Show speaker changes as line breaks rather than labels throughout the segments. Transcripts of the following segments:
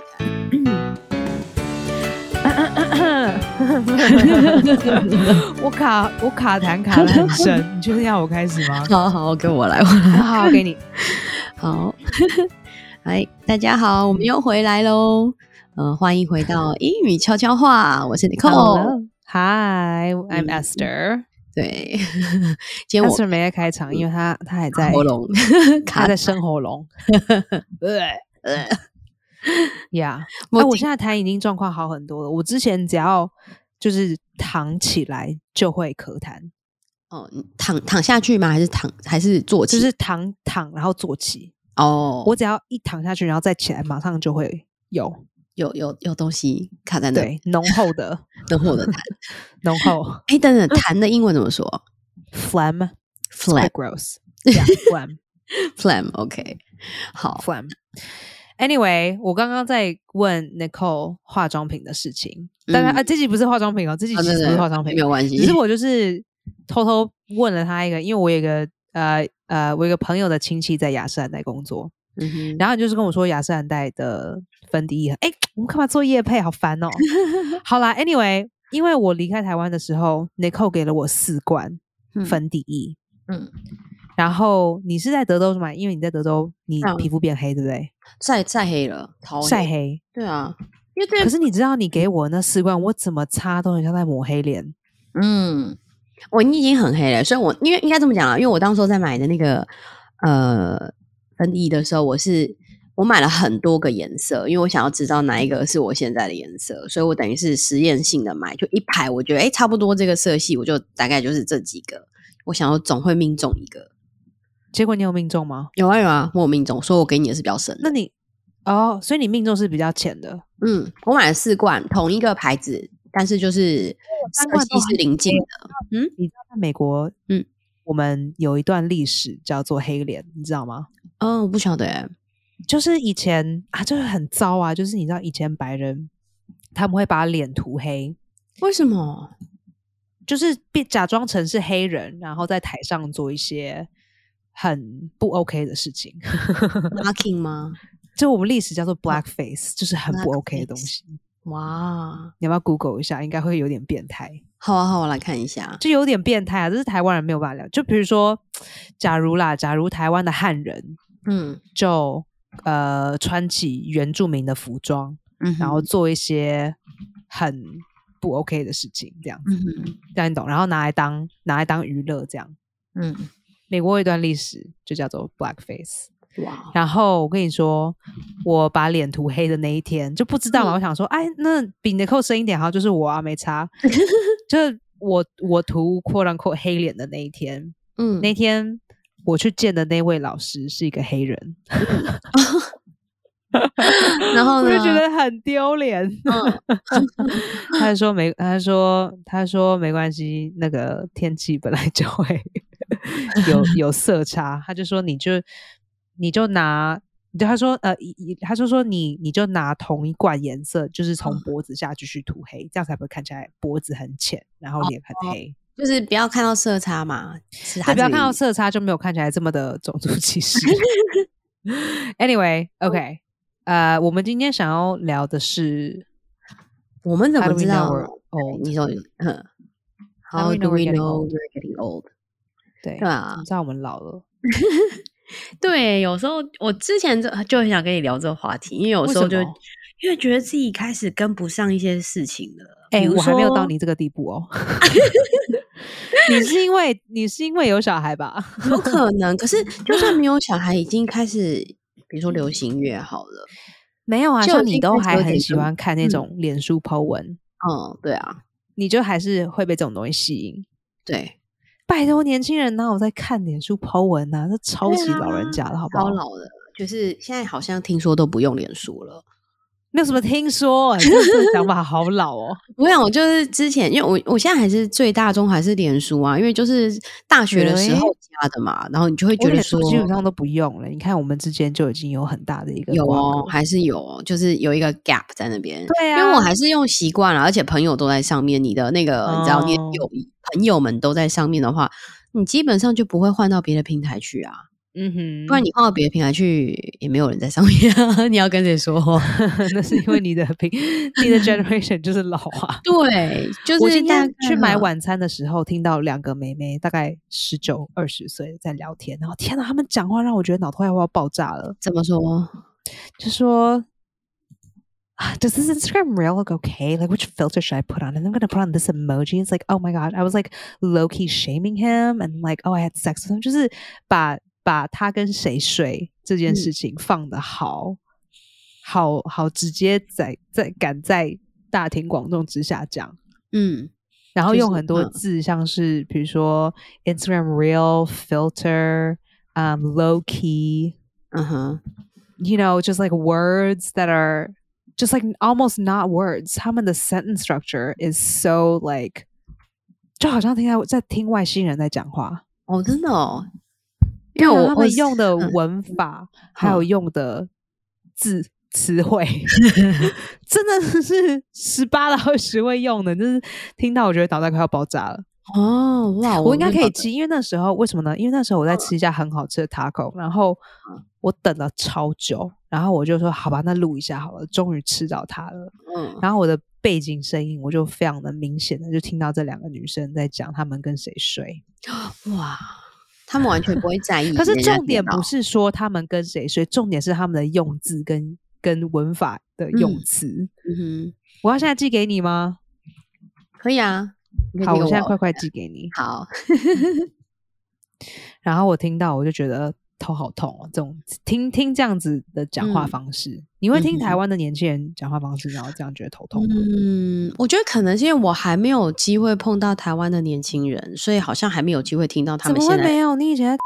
我卡我卡痰卡的很深，你确定要我开始吗？
好 好，给我来，我来。
好，我给你。
好， 来，大家好，我们又回来喽。呃，欢迎回到英语悄悄话，我是 Nicole。
Hi，I'm Esther。
对， 今天嗯我
Esther 没在开场，因为他他还在
喉咙
他
卡
在生喉咙。
呃，
Yeah，
我
哎，我
今
现在痰已经状况好很多了。我之前只要就是躺起来就会咳痰，
哦，你躺躺下去吗？还是躺还是坐起？
就是躺躺然后坐起。
哦，
我只要一躺下去，然后再起来，马上就会有
有有有东西卡在那，
对浓厚的
等我的痰。
浓厚
哎，等等，痰的英文怎 么说
phlegm
？Phlegm，
gross yeah, phlegm
phlegm，OK，好，
phlegm。Anyway，我刚刚在问 Nicole 化妆品的事情，但
嗯
然啊，这集不是化妆品哦，这集
啊
其实不
对对
是化妆品
没，有关系。
只是我就是偷偷问了他一个，因为我有一个呃呃，我有一个朋友的亲戚在雅诗兰黛工作，
嗯哼，
然后你就是跟我说雅诗兰黛的粉底液很，哎，我们干嘛做夜配，好烦哦。 好啦，Anyway，因为我离开台湾的时候，Nicole 给了我四罐
嗯
粉底液，
嗯，
然后你是在德州买，因为你在德州你
嗯
皮肤变黑，对不对？
晒晒黑了，头
晒，黑。
对啊，因为
可
对，
是你知道你给我那四罐，我怎么擦都很像在抹黑脸。
嗯，我你已经很黑了，所以我因为应该这么讲啊，因为我当时候在买的那个呃粉底的时候，我是我买了很多个颜色，因为我想要知道哪一个是我现在的颜色，所以我等于是实验性的买，就一排，我觉得哎、诶差不多这个色系，我就大概就是这几个，我想要总会命中一个。
结果你有命中吗？
有啊有啊，我有命中，所以我给你的是比较深的
那你哦，所以你命中是比较浅的，
嗯，我买了四罐，同一个牌子，但是就是呃
三
色
罐都
系是
很
临近
黑
的。
你知道在美国，
嗯，
我们有一段历史叫做黑脸，你知道吗？
嗯，我不晓得欸。
就是以前啊，就是很糟啊，就是你知道以前白人他们会把脸涂黑，
为什 么？
就是变假装成是黑人，然后在台上做一些很不 OK 的事情。
Marking 吗？
就我们历史叫做 blackface，就是很不 OK 的东
Blackface
西。
哇，
你要不要 Google 一下？应该会有点变态，
好啊，好啊，来看一下。
就有点变态啊！这是台湾人没有办法聊。就比如说，假如啦，假如台湾的汉人
嗯
就呃穿起原住民的服装，
嗯哼，
然后做一些很不 OK 的事情，这样
嗯哼
这样你懂？然后拿来当拿来当娱乐，这样。
嗯，
美国有一段历史就叫做 blackface。
哇，哦
然后我跟你说，我把脸涂黑的那一天就不知道嘛，
嗯
我想说，哎，那比你的扣深一点好，就是我啊，没 差，就是我我涂扩张扣黑脸的那一天，
嗯，
那天我去见的那位老师是一个黑人，
然后
我
呢？
就觉得很丢脸。
嗯，
他说没，他说他说没关系，那个天气本来就会有有色差，他就说你就你就拿，对他说呃，一一他就说你你就拿同一罐颜色，就是从
嗯
脖子下继续涂黑，这样才不会看起来脖子很浅，然后脸
哦
很黑，
就是不要看到色差嘛，是
对，
还
不要看到
色。
色差就没有看起来这么的种族歧 视。Anyway，OK，、呃，我们今天想要聊的是
我们怎
How
么
do we
知
know
道？
we're old？
你说，嗯
，How
，How
do we know
do we
we're getting
know
old？
we're getting old？
对
对啊
怎么知道我们老了。
对，有时候我之前就就很想跟你聊这个话题，因为有
为
时候
什
就
么
因为觉得自己开始跟不上一些事情了。
哎、
比如
我还没有到
说
你这个地步哦。 你是因为你是因为有小孩吧？
有可能，可是就算没有小孩，已经开始，比如说流行乐好了，
没有啊，
就
像
已
你
经
都
开始
还
有
很
点
喜
像
欢看那
嗯
种脸书 po 文，
嗯，对啊，
你就还是会被这种东西吸引。
对，
拜托，年轻人哪有在看脸书 po 文啊？这超
对
级老人
啊
家了，好不
超
好？
老的，就是现在好像听说都不用脸书了。
没有什么听说、哎，这个想法好老哦。
我想，我就是之前，因为我我现在还是最大宗还是脸书啊，因为就是大学的时候加的嘛，然后你就会
我
觉得
脸书
说，
基本上都不用了。你看，我们之间就已经有很大的一个
有
瓜
哦，
葛
还是有哦，就是有一个 gap 在那边。
对啊，
因为我还是用习惯了，而且朋友都在上面，你的那个、你知道，你的
哦
友谊朋友们都在上面的话，你基本上就不会换到别的平台去啊。
嗯哼，
不然你换到别的平台去，也没有人在上面啊， 你要跟谁 说话？
那是因为你的 平，你的 generation 就是老啊。
对，就是
我今
大
天
概
去买
啊
晚餐的时候，听到两个妹妹大概十九二十岁在聊天，然后天哪，她们讲话让我觉得脑袋要要爆炸了。
怎么说？
就说啊 Does this Instagram reel look okay? Like, which filter should I put on? And I'm gonna put on this emoji. It's like, oh my god! I was like low key shaming him, and like, oh, I had sex with him. 就是把把他跟谁睡这
嗯
件事情放的好、好好直接在在敢在大庭广众之下讲，
嗯
然后
就
用
是
很多
嗯
字，像是比如说 Instagram reel filter，嗯、low key，
嗯哼，
you know, just like words that are just like almost not words. 他们的 sentence structure is so like 就好像听到在听外星人在讲话，
哦，真的哦，
对
因为
啊
我
他
我
们用的
嗯
文法、还有
好
用的字词 汇，真的是十八到二十会用的，就是听到我觉得脑袋快要爆炸了。
哦哇，
我应该
没
可
搞
以
懂
吃，因为那时候为什么呢？因为那时候我在吃一家很好吃的 taco，然后
嗯
我等了超久，然后我就说好吧，那录一下好了，终于吃到它了。
嗯
然后我的背景声音我就非常的明显的就听到这两个女生在讲她们跟谁睡，
哇，嗯他们完全不会在 意
可是
人家
重点
听到
不是说她们跟谁睡，重点是她们的用字跟跟文法的用
嗯
词。
嗯
我要现在寄给你吗？
哼，可以啊，你可以
好，
给
我现在
我
快快寄给你。
好，
然后我听到我就觉得头好痛哦，这种听听这样子的讲话
嗯
方式，你会听
嗯
台
哼
湾的年轻人讲话方式，然后这样觉得头痛吗。
嗯，我觉得可能是因为我还没有机会碰到台湾的年轻人，所以好像还没有机会听到他
怎
们
么
现
会没
在。
有？你以前在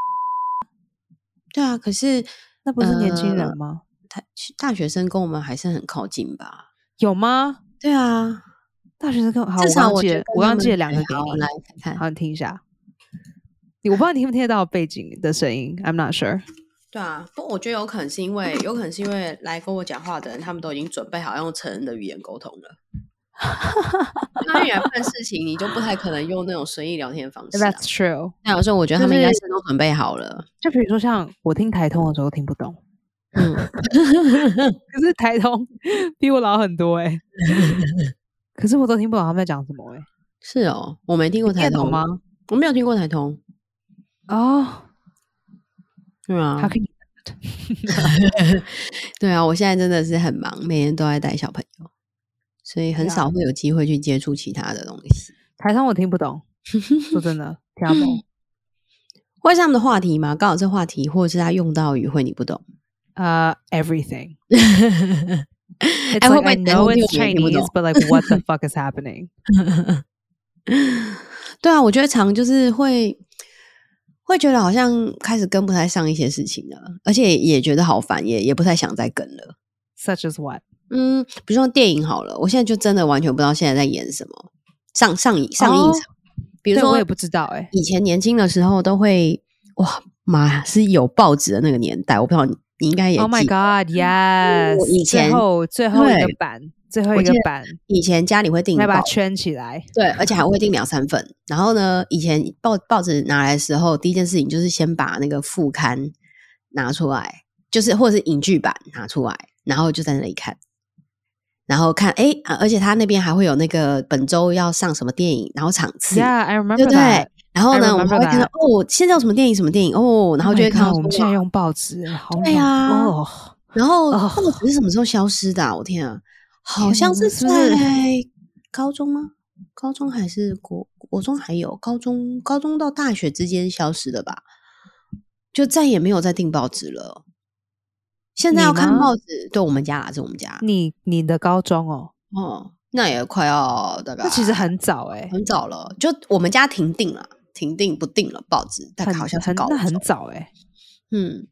对啊，可是
那不是年轻人
呃
吗？
他大学生跟我们还是很靠近吧？
有吗？
对啊，
大学生跟好，
至少
我刚
我
寄
觉
了
得
我
他
刚
们
寄了两
还
个给
好
你，
来看看。
好，你听一下。你我不知道你听不听得到背景的声音，I'm not sure。
对啊，不，我觉得有可能是因为，有可能是因为来跟我讲话的人，他们都已经准备好用成人的语言沟通了。那你来办事情，你就不太可能用那种随意聊天的方式、啊。
That's true。
那有时候我觉得
就
他们应该
是
是都准备好了。
就比如说像我听台通的时候听不懂，
嗯，
可是台通 比我老很多哎、 可是我都听不懂他们在讲什么哎、
是哦，我没听过
你听
台
得懂
通
吗？？
我没有听过台通。
哦，
对
他
啊，
可以
对啊，我现在真的是很忙，每天都在带小朋友，所以很
对啊
少会有机会去接触其他的东西。
台上我听不懂，说真 的听不懂。
会是他们的话题吗？刚好这话题，或者是他用到语汇你不懂？
呃、e v e r y t h i n g
哎
It's
会
like
不
I know
会台通
it's
听我也听不
Chinese,
懂？
but like what the fuck is happening？
对啊，我觉得常就是会会觉得好像开始跟不太上一些事情了，而且也觉得好烦，也也不太想再跟了。
Such as what？
嗯，比如说电影好了，我现在就真的完全不知道现在在演什么，上上映上映
哦
什么。比如
对
说，
我也不知道哎、
以前年轻的时候都会哇妈呀是有报纸的那个年代，我不知道你你应该也
Oh my
记得
god，yes！
嗯 我以前
最后最后一个
对
版，最后一个
记得
版，
以前家里会订
来把它
报，
圈起来。
对，而且还会订两三份。然后呢，以前报报纸拿来的时候，第一件事情就是先把那个副刊拿出来，就是或者是影剧版拿出来，然后就在那里看。然后看，哎、啊而且他那边还会有那个本周要上什么电影，然后场次
Yeah，I
对
remember
不对
that。？
然后
I
呢，我们还
remember
会看到
that
哦，现在有什么电影，什么电影哦，然后
Oh
就
my
会看到
god，
说
我们现在用报纸，哎好
对
猛
啊
哦！
然后
哦
报纸是什么时候消失的、啊？我天啊，好
天
像
哪
是
是不是
在高中吗？高中还是国国中还有高中，高中到大学之间消失的吧？就再也没有再订报纸了。现在
你
要看
吗
报纸，对我们家啦，是我们家
你你的高中哦，
哦，那也快要大概
那其实很早哎、
很早了，就我们家停订了，停订不订了报纸，大概
很
好像是
很
高
那很
中
早哎、
嗯，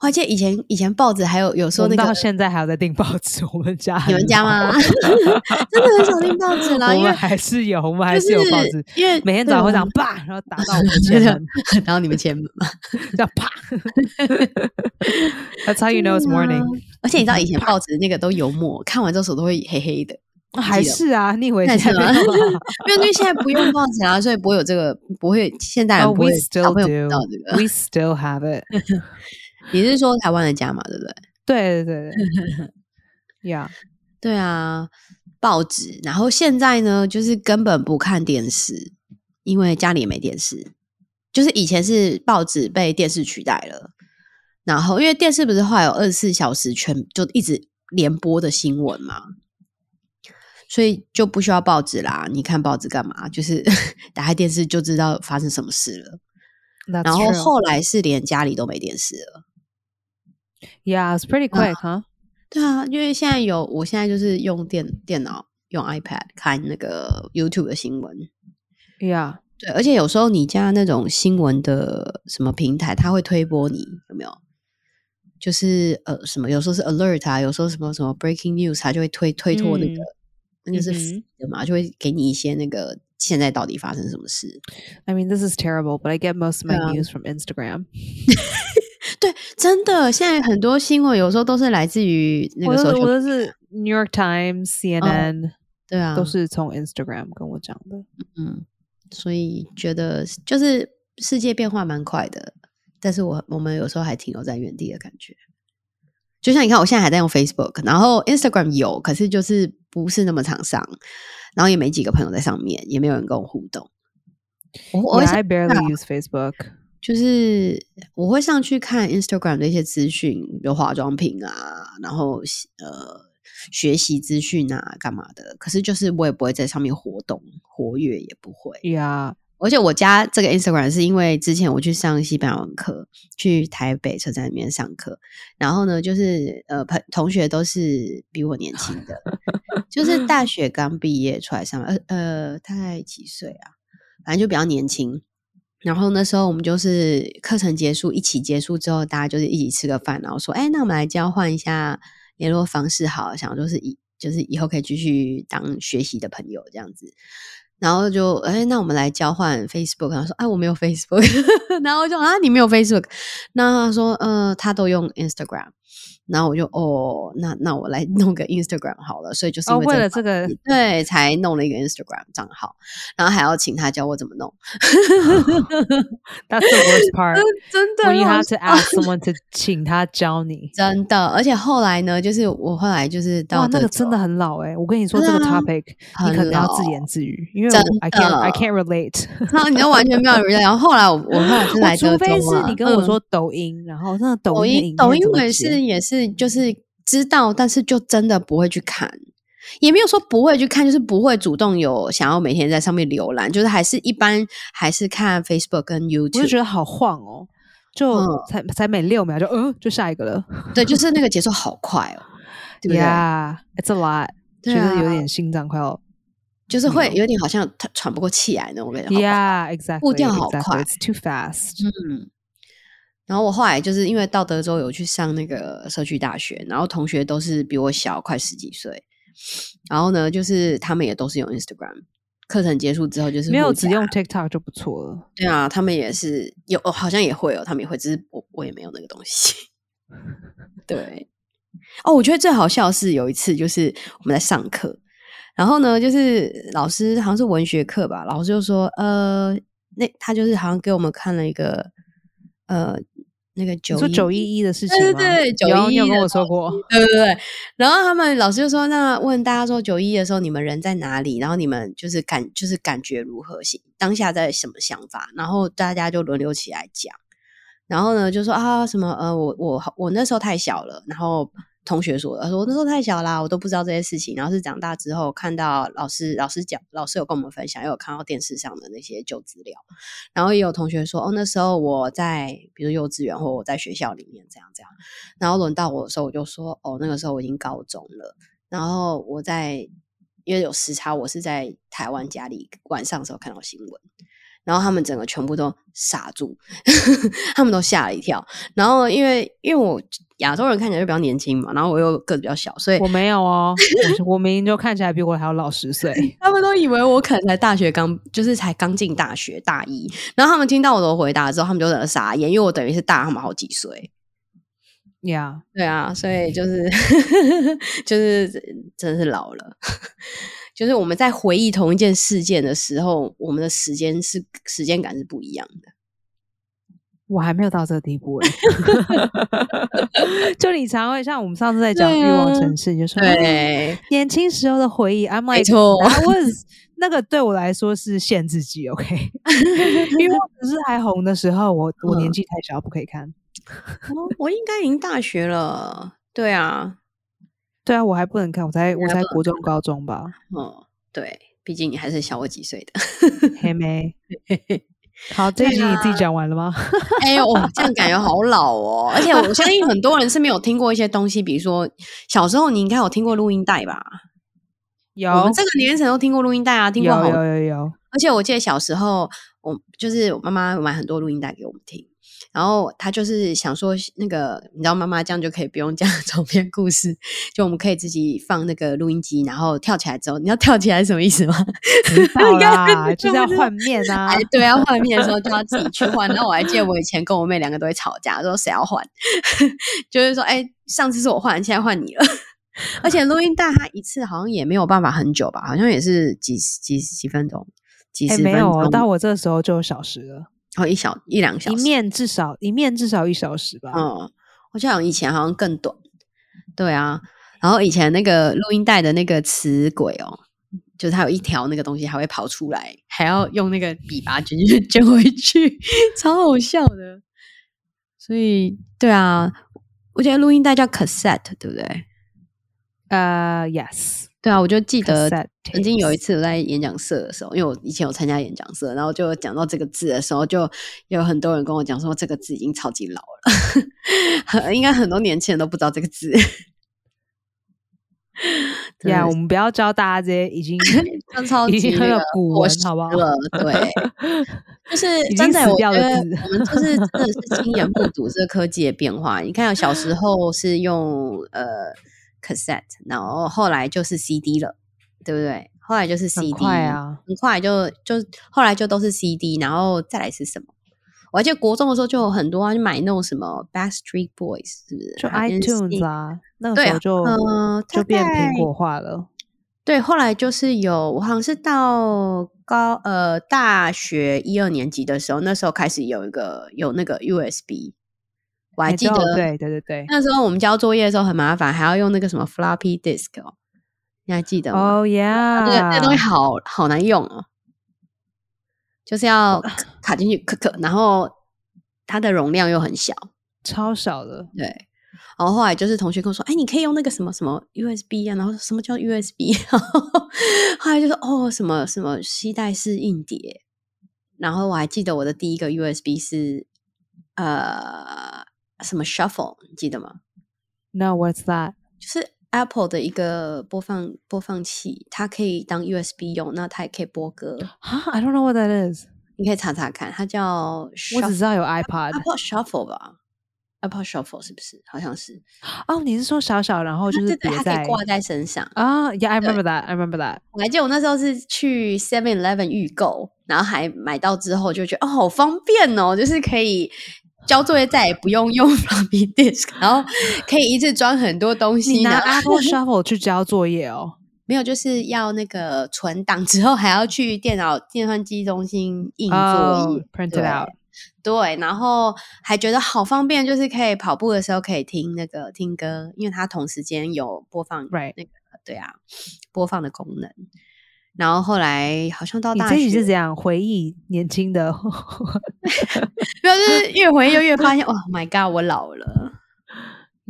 我还记得以前以前报纸还有有
我
说
们
那个
到现在还有在订报纸，我们家
你们
很
家
老
吗？ 真的很少订报 纸啦，
我
因为
们还是有，我们还
就是
有报纸，
因为
每天
对
早上会
啊
这样啪，然后打到 我们的前门，
然后你们前 门嘛。
这样啪。That's how you know it's
对啊
morning。
而且你知道以前报纸那个都油墨，看完之后手都会黑黑的，
还是啊？你以为
还是
现在
吗
没有啊
没有，因为现在不用报纸啊，所以不会有这个，不会现代
Oh,
人不
we
会小
still
朋友不知
do.
道这个。
We still have it.
你是说台湾的家嘛？对不对？
对对对对，Yeah，
对啊，报纸。然后现在呢，就是根本不看电视，因为家里也没电视。就是以前是报纸被电视取代了，然后因为电视不是后来有二十四小时全就一直连播的新闻嘛，所以就不需要报纸啦。你看报纸干嘛？就是 打开电视就知道发生什么事了。
That's
然后
true.
后来是连家里都没电视了。
Yeah, it's pretty quick, huh?
对啊，因为现在有，我现在就是用电电脑、用 iPad 看那个 YouTube 的新闻。
Yeah，
对，而且有时候你加那种新闻的什么平台，它会推播你，有没有？就是呃什么，有时候是 alert 啊，有时候什么什么 breaking news，它就会推推脱那个，
嗯
那个
嗯
是
哼
feed 的嘛，就会给你一些那个现在到底发生什么事。
I mean this is terrible, but I get most of my
Yeah.
news from Instagram.
对，真的，现在很多新闻有时候都是来自于 那
我
个
都是
social，
我都是 New York Times、CNN，、
对啊，
都是从 Instagram 跟我讲的。
嗯，所以觉得是就是世界变化蛮快的，但是我我们有时候还停留在原地的感觉。就像你看，我现在还在用 Facebook，然后 Instagram 有，可是就是不是那么常上，然后也没几个朋友在上面，也没有人跟我互动。 我我会
Yeah,
上
I barely use Facebook.
就是我会上去看 Instagram 的一些资讯，有化妆品啊，然后呃学习资讯啊，干嘛的。可是就是我也不会在上面活动活跃，也不会。
Yeah，
而且我家这个 Instagram 是因为之前我去上西班牙文课，去台北车站里面上课，然后呢，就是呃，朋同学都是比我年轻的， 就是大学刚毕业出来上班，呃呃，大概几岁啊？反正就比较年轻。然后那时候我们就是课程结束，一起结束之后，大家就是一起吃个饭，然后说，哎，那我们来交换一下联络方式好了，想就是以就是以后可以继续当学习的朋友这样子。然后就哎，那我们来交换 Facebook。然后说，哎，我没有 Facebook。然 后我就啊，你没有 Facebook。那他说，呃，他都用 Instagram。然后我就哦，那那我来弄个 Instagram 好了。所以就是
哦，
因为
为了
这
这
个
个
关系，对，才弄了一个 Instagram 账号，然后还要请他教我怎么弄。
，That's the worst part.
真
When you
好
have to ask someone to 请他教你，
真的，而且后来呢，就是我后来就是到
哇，那
德
个
州
真的很老哎、我跟你说，这个
对啊
topic、
很
你可能要
老
自言自语，因为
真
我 I can't I
的
can't relate。
然后 你就完全没有 relate。然后后来我我后来是来
我除
德州
非是
嘛
你跟我
嗯
说抖音，然后那个
抖
音的
音
影
抖
片
音
怎
我
么
也
剪
是也是就是知道，但是就真的不会去看，也没有说不会去看，就是不会主动有想要每天在上面浏览，就是还是一般还是看 Facebook 跟
我就
YouTube，
觉得好晃哦，就
嗯
才才每六秒就嗯就下一个了
对，就是那个节奏好快哦，对不对
，Yeah，it's a lot，
对
觉得有
啊
点心脏快要
就是会
嗯
有点好像喘喘不过气来那种感觉。好快
Yeah，exactly，
步调好
exactly,
快
，It's too fast。
嗯，然后我后来就是因为到德州有去上那个社区大学，然后同学都是比我小快十几岁，然后呢，就是他们也都是用 Instagram。课程结束之后就是
没有
互
只
加
用 TikTok 就不错了。
对啊，他们也是有、哦，好像也会哦，他们也会，只是我我也没有那个东 西。对，哦，我觉得最好笑的是有一次，就是我们在上课，然后呢，就是老师好像是文学课吧，老师就说，呃，那他就是好像给我们看了一个，呃，那个
你
九
说
一
九一一的事情
对
吗？
对对
有你有
911
跟
的
我说过，
对对对。然后他们老师就说：“那问大家说九一的时候，你们人在哪里？然后你们就是感就是感觉如何？心当下在什么想法？”然后大家就轮流起来讲。然后呢，就说啊什么呃，我我我那时候太小了。然后同学说，他说我那时候太小啦，我都不知道这些事情。然后是长大之后看到老师老师讲，老师有跟我们分享，也有看到电视上的那些旧资料。然后也有同学说，哦，那时候我在比如幼稚园或我在学校里面这样这样。然后轮到我的时候，我就说哦，那个时候我已经高中了，然后我在因为有时差，我是在台湾家里晚上的时候看到新闻，然后他们整个全部都傻住， 他们都吓了一跳。然后因为因为我亚洲人看起来就比较年轻嘛，然后我又个子比较小，所以
我没有 哦，我我明明就看起来比我还要老十岁。
他们都以为我可能才大学刚，就是才刚进大学大一，然后他们听到我的回答之后，他们就有点傻眼，因为我等于是大他们好几岁。
呀，
对啊，所以就是 就是真的是老了，就是我们在回忆同一件事件的时候，我们的时间是时间感是不一样的。
我还没有到这个地步
欸
哎、 就你常会像我们上次在讲
对
欲望
啊
城市，你就说哎
对，
年轻时候的回忆，I'm
没
like
错
I was 那个对我来说是限制级，OK？欲望城市还红的时候，我我
嗯
年纪太小不可以看，
哦我应该已经大学了。对啊，
对啊，我还不能看，我才我才
还不能
国中高中吧，
哦，对，毕竟你还是小我几岁的。
黑 妹。好，这一集你自己讲完了吗？
哎呦，哇这样感觉好老哦！而且我相信很多人是没有听过一些东西，比如说小时候你应该有听过录音带吧？
有
我们这个年龄层都听过录音带啊，听过好
有有有有，
而且我记得小时候，我就是我妈妈有买很多录音带给我们听，然后她就是想说，那个你知道妈妈这样就可以不用讲床边故事，就我们可以自己放那个录音机，然后跳起来之后，你要跳起来是什么意思吗？
知道啦，就是要
就是
换面啊
哎，，对啊，换面的时候就要自己去换。然后我还记得我以前跟我妹两个都会吵架，说谁要换， 就是说，哎，上次是我换，现在换你了。而且录音带它一次好像也没有办法很久吧，好像也是几十几十几分钟，几
哎、
十分
没有
钟，
哦，到我这时候就有小时了，
哦一小一两个小
一
时。
面至少一面至少一小时吧。
嗯，我记得好像以前好像更短。对啊，然后以前那个录音带的那个磁轨哦，就是它有一条那个东西还会跑出来，还要用那个笔把它卷卷卷回去， 超好笑的。所以，对啊，我觉得录音带叫 cassette，对不对？
呃，yes，
对啊，我就记得
Cassette
曾经有一
tapes
次我在演讲社的时候，因为我以前有参加演讲社，然后就讲到这个字的时候，就有很多人跟我讲说这个字已经超级老了， 很应该很多年轻人都不知道这个字。 真
呀
的
我们不要教大家这些 已经
像超
已
级
经
那
很有
个
古
过
文
时
好不好
了，对，就是
已经
真的，
死
我觉
掉的
得
字
我 们就是真的是亲眼目睹这科技的变化。你看啊，小时候是用呃 cassette，然后后来就是 CD 了，对不对？后来就是 CD，
很快，啊，
很快就就后来就都是 CD，然后再来是什么？我还记得国中的时候就有很多啊，就买那种什么 Backstreet Boys，是不是？
就
还有
iTunes
NSYNC
啊，那个
对
时
啊，
候就、
呃
就
大
变
概
苹果化了。
对，后来就是有，我好像是到高呃大学一二年级的时候，那时候开始有一个有那个 USB，我还
哎
记
都
得
有对对对对。
那时候我们交作业的时候很麻烦，还要用那个什么 floppy disk 哦，你还记得吗？
哦
那
呀，
个那个东西好好难用哦，就是要卡卡进去，可可，然后它的容量又很小，
超少的，
对，然后后来就是同学跟我说，哎，你可以用那个什么什么 USB 啊，然后说什么叫 USB，然 后后来就说哦，什么什么吸带式硬碟，然后我还记得我的第一个 USB 是呃什么 Shuffle，你记得吗？
那 what's that？
就是 Apple 的一个播放播放器，它可以当 USB 用，那它也可以播歌，
啊，I don't know what that is。
你可以查查看，它叫
我只
Shuffle
知道有 iPod。
Apple Shuffle 吧，Apple Shuffle 是不是？好像是，
哦，你是说小小，然后
它
就是
啊对对
别
它可
在
以挂在身上。
啊？Yeah，I
对
remember that. I remember that.
我还记得我那时候是去 Seven Eleven 预购，然后还买到之后就觉得哦，好方便哦，就是可以交作业再也不用用 floppy disk，然后可以一次装很多东
你
西。
拿
然后
Apple Shuffle 去交作业哦？
没有，就是要那个存档之后还要去电脑计算机中心 印作业。
p r i n t
对
哦 it out。
对，然后还觉得好方便，就是可以跑步的时候可以听那个听歌，因为它同时间有播放
Right
那个对啊播放的功能。然后后来好像到
你
大
这
学，
一集是怎样回忆年轻的？
没有，就是越回忆就越发现，哇、m y God，我老了。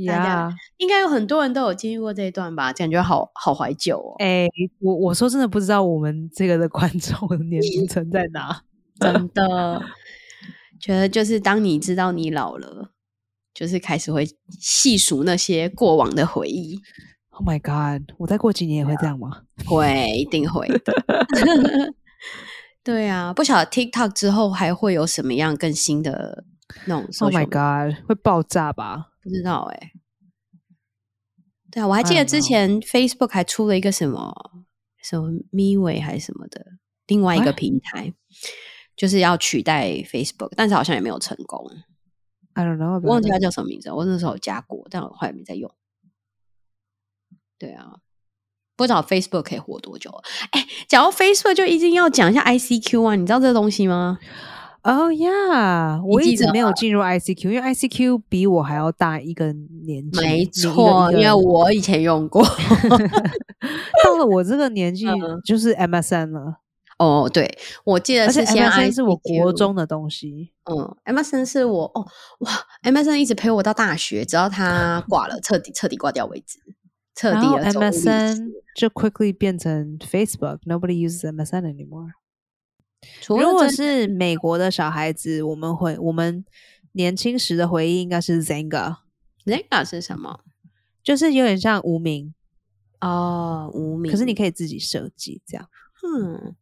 大家
呀，
应该有很多人都有经历过这一段吧，感觉好好怀旧 哦，
哎，我我说真的不知道我们这个的观众的年龄层在 哪。
真的。觉得就是当你知道你老了，就是开始会细数那些过往的回忆。
Oh my god！我再过几年也会这样吗？
会，一定会的。对啊，不晓得 TikTok 之后还会有什么样更新的那种
Oh my
social，、
god！会爆炸吧？
不知道哎、对啊，我还记
I
得
don't
之
know
前 Facebook 还出了一个什么什么 MeWe 还是什么的另
啊
外一个
What？
平台，就是要取代 Facebook，但是好像也没有成功。
I don't know，
我忘记它叫什么名字了，我那时候有加过，但我后来没再用。对啊，不知道 Facebook 可以活多久了。哎，讲到 Facebook 就一定要讲一下 ICQ 啊，你知道这东西吗？
哦呀，我
你记
一直
得
没有
吗
进入 ICQ，因为 ICQ 比我还要大一个年纪。
没
一个
错，
一个
因为我以前用过。
到了我这个年纪
嗯，
就是 MSN 了，
哦，对，我记得
而且
是先
MSN 是我国
ICQ
中的东西。
嗯，MSN 是我哦哇，MSN 一直陪我到大学，直到 他挂了，彻底彻底挂掉为止，彻
然
底
后
的走入历史
MSN 就 quickly 变成 Facebook，nobody uses MSN anymore。
除
如
了
果
这
是美国的小孩子，我们回我们年轻时的回忆应该是 Zanga，
Zynga 是什么？
就是有点像无名，
哦，无名。
可是你可以自己设计这样。
嗯，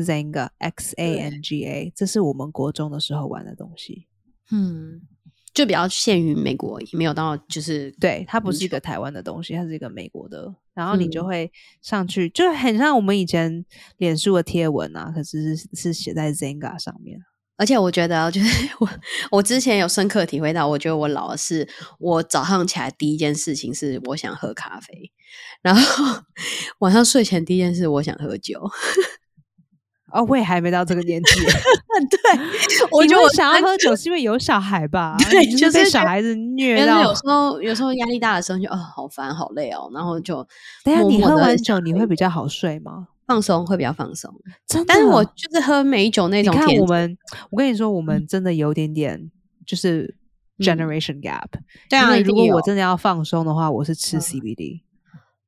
Zanga X A N G A，这是我们国中的时候玩的东西。
嗯，就比较限于美国，也没有到就是
对，它不
全
是一个台湾的东西，它是一个美国的。然后你就
嗯
会上去，就很像我们以前脸书的贴文啊，可是是是写在 Zanga 上面。
而且我觉得啊，就是 我我之前有深刻体会到，我觉得我老了是，我早上起来第一件事情是我想喝咖啡，然后 晚上睡前第一件事我想喝酒。
哦，我也还没到这个年纪。
对， 我
你
觉得
会
我
想要喝酒是因为有小孩吧？
对
啊你
就是是
被
觉
小
得
孩子虐
但
到
是。有时候有时候压力大的时候就，哦好烦好累哦，然后就
等一下
默
啊你
默
喝
地
完
想
酒你
喝
会
一
比较好睡吗？
放松，会比较放松。
真的，哦
但是我就是喝美酒那
你
种
看
甜
我们，我跟你说，我们真的有点点就是
嗯
generation gap、
对
因
啊，
为
一
如
定
果我
有
真的要放松的话，我是吃
嗯
CBD。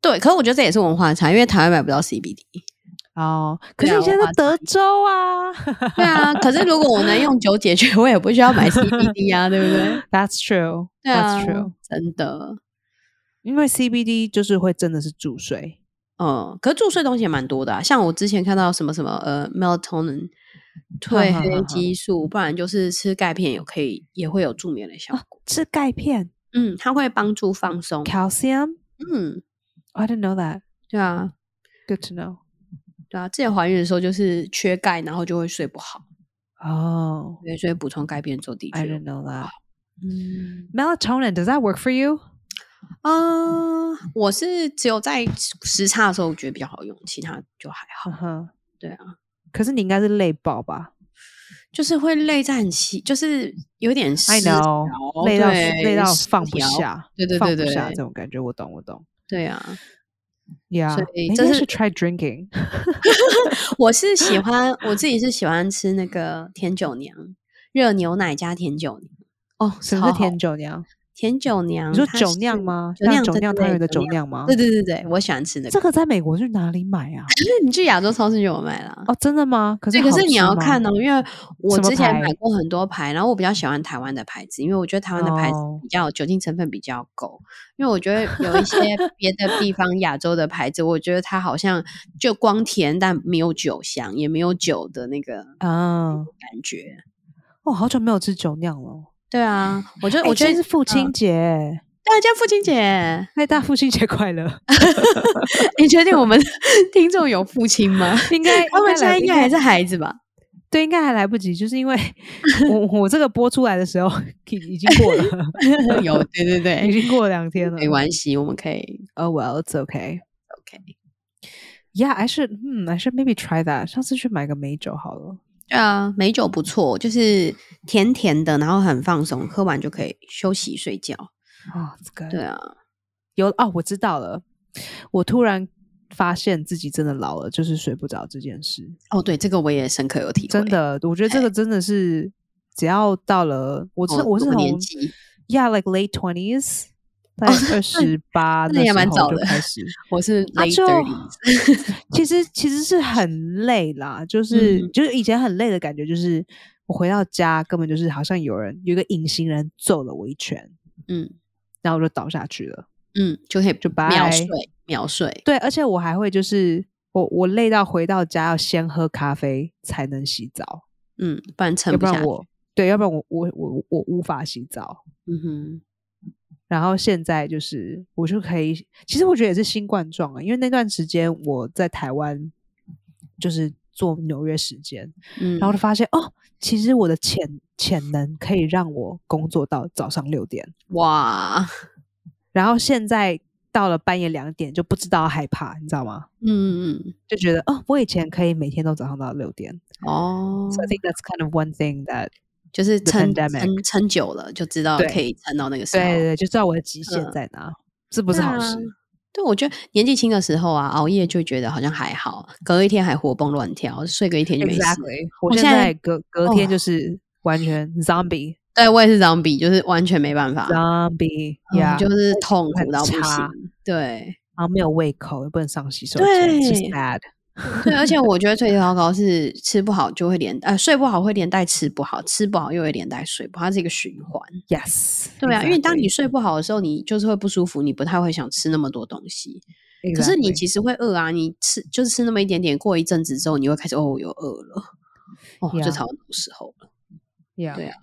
对，可是我觉得这也是文化差，因为台湾买不到 CBD。
哦，可
对
是
啊
你现
我
在
花
在德州啊
对啊，可是如果我能用酒解决，我也不需要买 CBD 啊，对不对？
，That's true，
对啊
That's true，
真的。
因为 CBD 就是会真的是助睡。
嗯，可是助睡东西也蛮多的、啊，像我之前看到什么什么呃 melatonin
哈
褪
哈哈
黑
哈
激素，不然就是吃钙片也可以，也会有助眠的效
啊
果。
吃钙片
嗯，它会帮助放松。
，calcium。
嗯，
I didn't know that.
对啊，
Good to know.
对啊，之前怀孕的时候就是缺钙，然后就会睡不好，
Oh,
对，所以补充钙片做的
I
确有
didn't know that.
嗯
Melatonin, does that work for you?
啊、我是只有在时差的时候觉得比较好用，其他就还好。
嗯哼，
对啊，
可是你应该是累爆吧
就是会累在很奇，就是有点
？I
失调
know，累到
对
累到
失
放不
调
下，
对对
放
对
不
对
下这种感觉，我懂我懂。
对啊，
Yeah，
以
哎
这
你
是
是 try drinking
我是 喜欢我自己是喜欢吃那个甜酒娘，热牛奶加甜酒娘。哦，
什么
超
是
好
甜酒酿？
甜酒娘？
你说
它
酒
是
酿？吗？
酒
像
酿
酒
对
酿
对
汤圆的
酒
酒
酿
酿吗
对？对对对，我喜欢吃那
这
个。
个在美国是哪里买啊？
那你去亚洲超市就有卖啦。
哦，真的吗？可是
对，可
好
是你
吃
要
吗
看哦，因为我
什么
之前买
牌
过很多牌，然后我比较喜欢台湾的牌子，因为我觉得台湾的牌子
哦
比较酒精成分比较够。因为我觉得有一 些别的地方亚洲的牌子，我觉得它好像就光甜，但没有酒香，也没有酒的那个
啊，
感觉。
我好久没有吃酒酿了。哦
对 啊，我觉得
诶
我
今
觉得
天是父
嗯
亲节，
大家父亲节，
哎，大家父亲节快乐！
你确定我们 听众有父亲吗？
应该
他们现在
应
应
该
该
来
还是孩子吧？
对，应该还来不及，就是因为我我这个播出来的时候已已经过 了，
有，对对
已
对，
经过两天了
没。关系，我们可以
Oh well, it's okay.
OK。
Yeah, I should. 嗯，I should maybe try that. 上次去买个美酒好了。
对啊，美酒不错，就是甜甜的，然后很放松，喝完就可以休息睡觉。
哦，这个
对啊，
有哦，我知道了。我突然发现自己真的老了，就是睡不着这件事。
哦，对，这个我也深刻有体会。
真，的，我觉得这个真的是，只要到了我是、
哎哦
我是
这个
从
年纪
，Yeah, like late twenties，在二十八
那
那
也
时
蛮
候
早
就
的
开始。
我是
那
late
就
thirties，
其 实其实是很累啦，就是、
嗯
就是以前很累的感觉，就是我回到家根本就是好像有人有一个隐形人揍了我一拳，
嗯
然后我就倒下去了。
嗯，就可以
就
秒
拜
睡秒睡。
对，而且我还会就是我我累到回到家要先喝咖啡才能洗澡，
嗯，不然
要
撑
不
不下
然
去。
我对，要不然我我我我无法洗澡。
嗯哼，
然后现在就是我就可以，其实我觉得也是新冠状啊，因为那段时间我在台湾就是做纽约时间，
嗯
然后就发现哦，其实我的潜潜能可以让我工作到早上六点，
哇，
然后现在到了半夜两点就不知道害怕，你知道吗？
嗯嗯
就觉得哦，我以前可以每天都早上到六点。
嗯哦
So I think that's kind of one thing that
就是撑
pandemic
撑撑久了就知道
对
可以撑到那个时
对
候。
对对，就知道我的极限
嗯
在哪，这不是好事。
对，我觉得年纪轻的时候啊，熬夜就觉得好像还好，隔一天还活蹦乱跳，睡个一天就没事。
Exactly，我
我
现
现在
在隔隔
哦
天就是完全 zombie
对我也是 zombie，就是完全没办
啊
法，啊嗯
zombie，yeah，
就是痛
很
苦到不行
差。
对
然后没有胃口，也不能上洗手
对
间，是 sad。
对，而且我觉得最糟糕是吃不好就会连呃睡不好会连带吃不好，吃不好又会连带睡不好，它是一个循环。
Yes，
对啊，因为当
嗯 exactly，
你睡不好的时候，你就是会不舒服，你不太会想吃那么多东西。可是你
exactly
其实会饿啊，你吃就是吃那么一点点，过一阵子之后，你会开始哦，又饿了，哦，最
Yeah
讨厌这种时候了。
yeah，
对啊，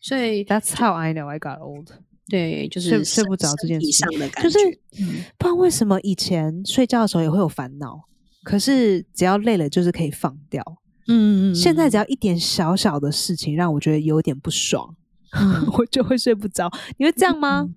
所以
That's how I know I got old。
对，就是
睡睡
身
不着这
身
件
体
事情
上的感
就
觉，
是
嗯
不知道为什么以前睡觉的时候也会有烦恼，可是只要累了就是可以放掉。
嗯嗯，
现在只
样，
要一点小小的事情让我觉得有点不爽，
嗯
我就会睡不着。你会这样吗？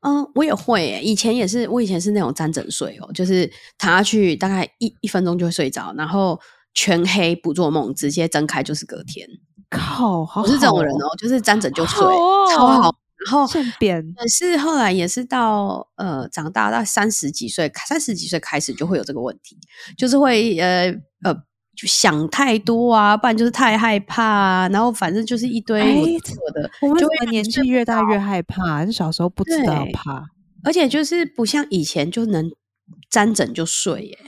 嗯，我也会耶、以前也是，我以前是那种沾枕睡哦，就是躺下去大概一一分钟就会睡着，然后全黑不做梦，直接睁开就是隔天。
靠，好
我是这种
好
人
哦，
哦，就是沾枕就睡，
好哦
超好。然后
现编
也是后来也是到呃长大到三十几岁，三十几岁开始就会有这个问题，就是会呃呃就想太多啊，不然就是太害怕啊，然后反正就是一堆
哎
我我的，
我们
就
怎
会
么
让
年
你
纪
睡
越大越害怕？是小时候不知道
对
怕，
而且就是不像以前就能沾枕就睡耶、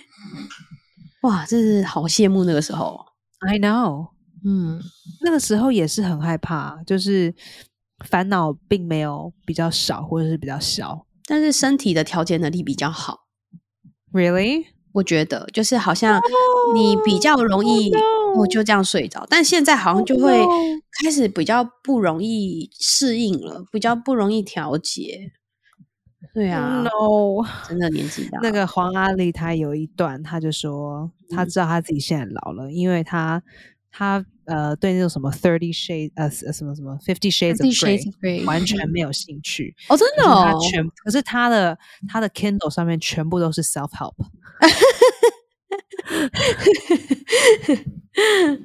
哇，真是好羡慕那个时候，哦
I know，
嗯，
那个时候也是很害怕，就是烦恼并没有比较少，或者是比较小。
但是身体的调节能力比较好。
Really？
我觉得就是好
哦
像你比较容易，我就这样睡着。但现在好像就会
，Oh no
开始比较不容易适应了，比较不容易调节。对啊，
嗯 No，
真的年纪大了，
那个黄阿丽她有一段，她就说她
嗯
知道她自己现在老了，因为她她呃对那种什么 thirty shades 呃什么什么 fifty shades of
Fifty Shades of
grey
Grey
完全没有兴趣，
哦，真
可
的
是
哦
她，全可是她的她的 Kindle 上面全部都是 self help，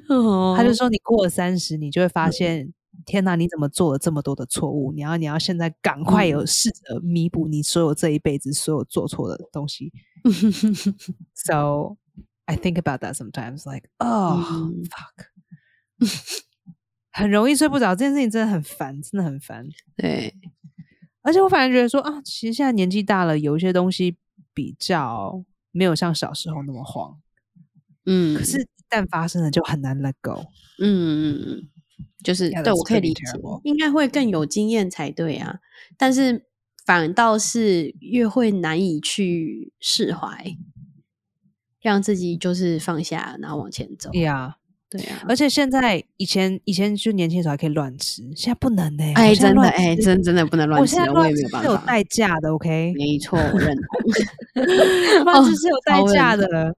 哦
她就说你过了三十，你就会发现。天哪！你怎么做了这么多的错误？你要你要现在赶快有试着弥补你所有这一辈子所有做错的东西，So I think about that sometimes, like, oh
嗯
fuck，很容易睡不着，这件事情真的很烦，真的很烦。
对，
而且我反而觉得说啊，其实现在年纪大了，有一些东西比较没有像小时候那么慌，
嗯，
可是，一旦发生了就很难 let go。
嗯嗯嗯，就是
Yeah,
对
that's
我可以
pretty
理解
terrible.，
应该会更有经验才对啊。但是反倒是越会难以去释怀，让自己就是放下，然后往前走。
Yeah，
对啊，
而且现在以前以前就年轻的时候还可以乱吃，现在不能呢、
哎，
我现在
真的
乱
哎，
吃
真真的不能乱
我
吃
现在
了，我也
乱吃
没有办
是有
法。
代价的，OK？
没错，我认同。
乱
哦
吃是有代
超认
价的。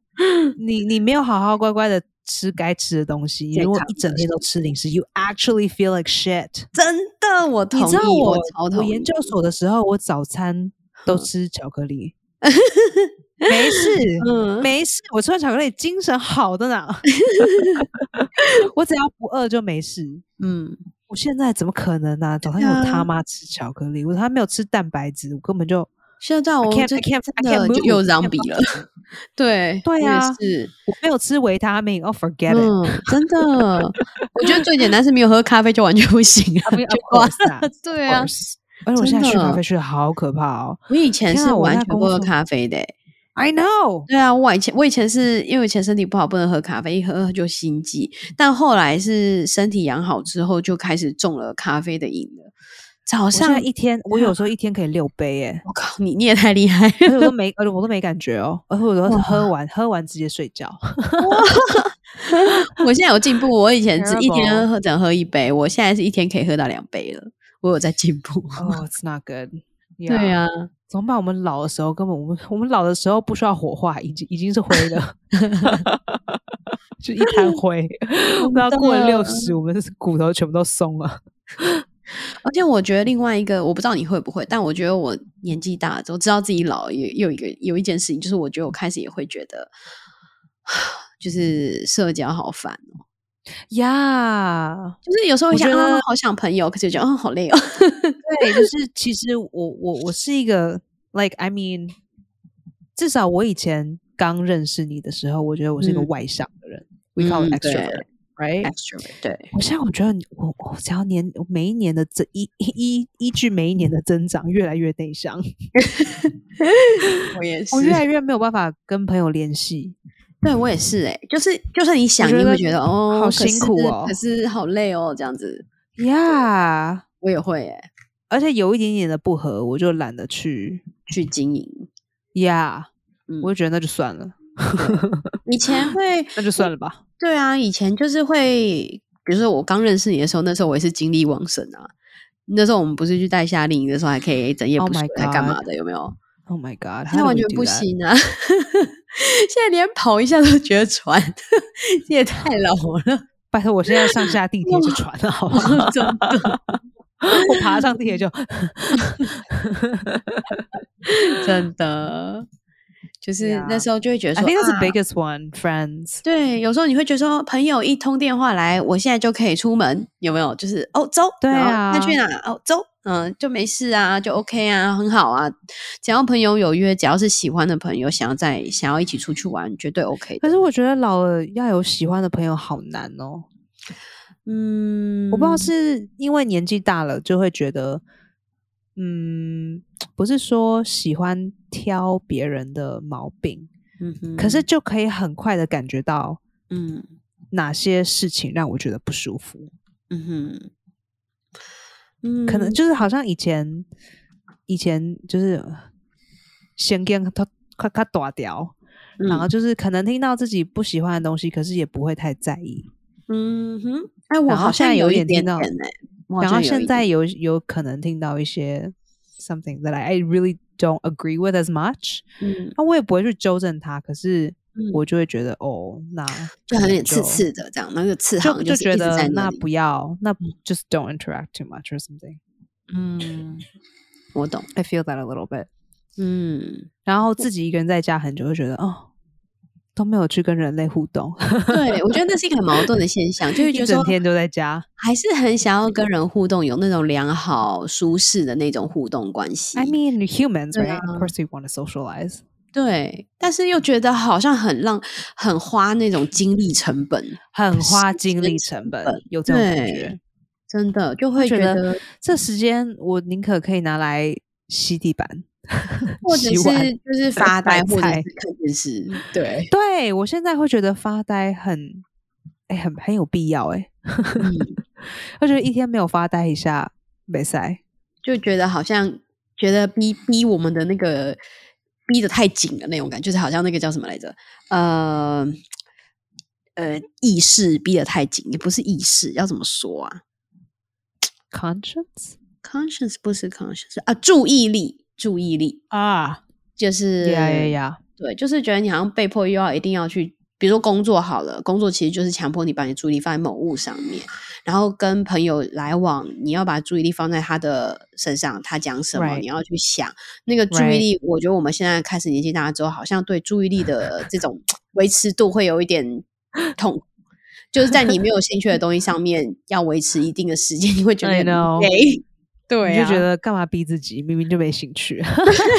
你你没有好好乖乖的吃该吃的东西，你
健
如果
康
一整
的
天都吃零食，you actually feel like shit。
真的，我同
你知道
意，我
我
超同意。嗯
研究所的时候，我早餐都吃巧克 力，没事。
嗯，
没事，我吃完巧克力精神好的呢。 我只要不饿就没事。
嗯，
我现在怎么可能呢、早上我他
啊
妈吃巧克力，我他妈没有吃蛋白质，我根本就
现在
I
我
can't-
就
I can't-
真
I can't
的就
move,
又
I can't
zombie 了。 对，
对
我也
啊
是。
我没有吃维他命。Oh forget it，
嗯，真的，我觉得最简单是没有喝咖啡就完全不行啊，
I mean,
就
of
挂
course not,
对啊，
course 而且我现在
真
去咖
的
啡去的好可怕哦。
我以前
天
是
啊我
完
在
全不
工
喝
作
咖啡的欸、
I know，
对啊，我以前我以前是因为以前身体不好不能喝咖啡，一喝就心悸。但后来是身体养好之后，就开始中了咖啡的瘾了。早
我现
上
在，一天，我有时候一天可以六杯耶，
我靠，你你也太厉害
而且
了！
我 都没，而且我都没感觉哦，而且我都是喝完喝完直接睡觉。
我现在有进步，我以前是一天
Terrible
喝只能喝一杯，我现在是一天可以喝到两杯了，我有在进步。
Oh, it's not good.
对
Yeah.
啊，
怎么办？我们老的时候根本我们我们老的时候不需要火化，已经已经是灰了。 就一滩灰。那过了六
啊
十，我们的骨头全部都松了。
而且我觉得另外一个，我不知道你会不会，但我觉得我年纪大了之后，知道自己老了，也又有一个有一件事情，就是我觉得我开始也会觉得，就是社交好烦哦。
呀、
就是有时候
我
会想
觉
啊
得，
好想朋友，可是就觉得啊，好累哦。
对，就是其实我我我是一个，like I mean，至少我以前刚认识你的时候，我觉得我是一个
嗯
外向的人、w e call
嗯
it
对
extrovert，right？
Extrovert，对，
我现在我觉得你我我只要年我每一年的这一依依据每一年的增长，越来越内向，
我也是，
我越来越没有办法跟朋友联系。
对我也是、欸，哎，就是就算你想，
觉
你
得
会觉得哦，
好
可是
辛苦哦
可是好累哦，这样子，
Yeah，
我也会、欸，哎，
而且有一点点的不合，我就懒得去。
去经营。
Yeah，、
嗯
我就觉得那就算了，
以前会，
那就算了吧。
对啊，以前就是会，比如说我刚认识你的时候，那时候我也是精力旺盛啊。那时候我们不是去带夏令营的时候，还可以整夜
Oh
不睡
my
还干嘛
God
的，有没有？
Oh my god，
现在
how do
嗯完
we
全
do
不
that？
行啊！ 现在连跑一下都觉得喘， 这也太老了。
拜托，我现在上下 地铁就喘了，好吗？
真的，
我爬上地铁 就
真的，就是那
Yeah
时候就会觉得
，I
说
think that's
啊
the biggest one, friends.
对，有时候你会觉得说，朋友一通电话来，我现在就可以出门，有没有？就是哦，走，
对
然后他去
啊
哪？哦，走，嗯，就没事啊，就 OK 啊，很好啊。只要朋友有约，只要是喜欢的朋友，想要在想要一起出去玩，绝对 OK
可
的。
是我觉得老了要有喜欢的朋友好难哦。
嗯，
我不知道是因为年纪大了就会觉得，嗯，不是说喜欢挑别人的毛病，
嗯哼，
可是就可以很快的感觉到
嗯
哪些事情让我觉得不舒服。
嗯哼，嗯，
可能就是好像以前以前就是先跟他他他打掉，然后
嗯
就是可能听到自己不喜欢的东西，可是也不会太在意。
嗯哼，哎，我
然后
好
现
像
在有
一
点
点
听
点
到
哎，我好
然
像
后
有
现
一
在
点
有有可能听到一些 something that I really don't agree with as much，
嗯，
那我也不会去纠正他，可是
嗯
我就会觉得哦，那
就很有点
就
刺刺的这样，那个刺好
就
像
就是
一
觉
直在
得
那
那
里
不要，那 just don't interact too much or something.
嗯，我懂。
I feel that a little bit.
嗯，
然后自己一个人在家很久，会觉得哦，都没有去跟人类互动，
对，我觉得那是一个很矛盾的现象，就是
一
觉得说
整天都在家。
还是很想要跟人互动，有那种良好、舒适的那种互动关系。
I mean humans,
对啊
right? Of course, we want to socialize.
对，但是又觉得好像很让、很花那种精力成本，
很花
时
精
间
力
成
成本
本，
有这种感
对
觉。
真的就会
觉
觉
得
得，
这时间我宁可可以拿来吸地板，
或者
洗碗
是就是发
买
呆，或者是
菜
看电视。对，
对我现在会觉得发呆很，哎、很很有必要哎、
嗯，
我觉得一天没有发呆一下没塞。
就觉得好像觉得逼逼我们的那个逼得太紧了那种感觉，就是好像那个叫什么来着？呃呃，意识逼得太紧，也不是意识，要怎么说啊
Conscience
？conscience 不是 conscience 啊，注意力，注意力
啊，
就是
呀呀呀，
对，就是觉得你好像被迫又要一定要去，比如说工作好了，工作其实就是强迫你把你注意力放在某物上面，然后跟朋友来往，你要把注意力放在他的身上，他讲什么
Right.
你要去想那个注
Right.
意力。我觉得我们现在开始年纪大之后，好像对注意力的这种维持度会有 一点痛苦。就是在你没有兴趣的东西上面，要维持一定的时间，你会觉得
I
很
know.
累。对、
你
啊，
就觉得干嘛逼自己？明明就没兴趣。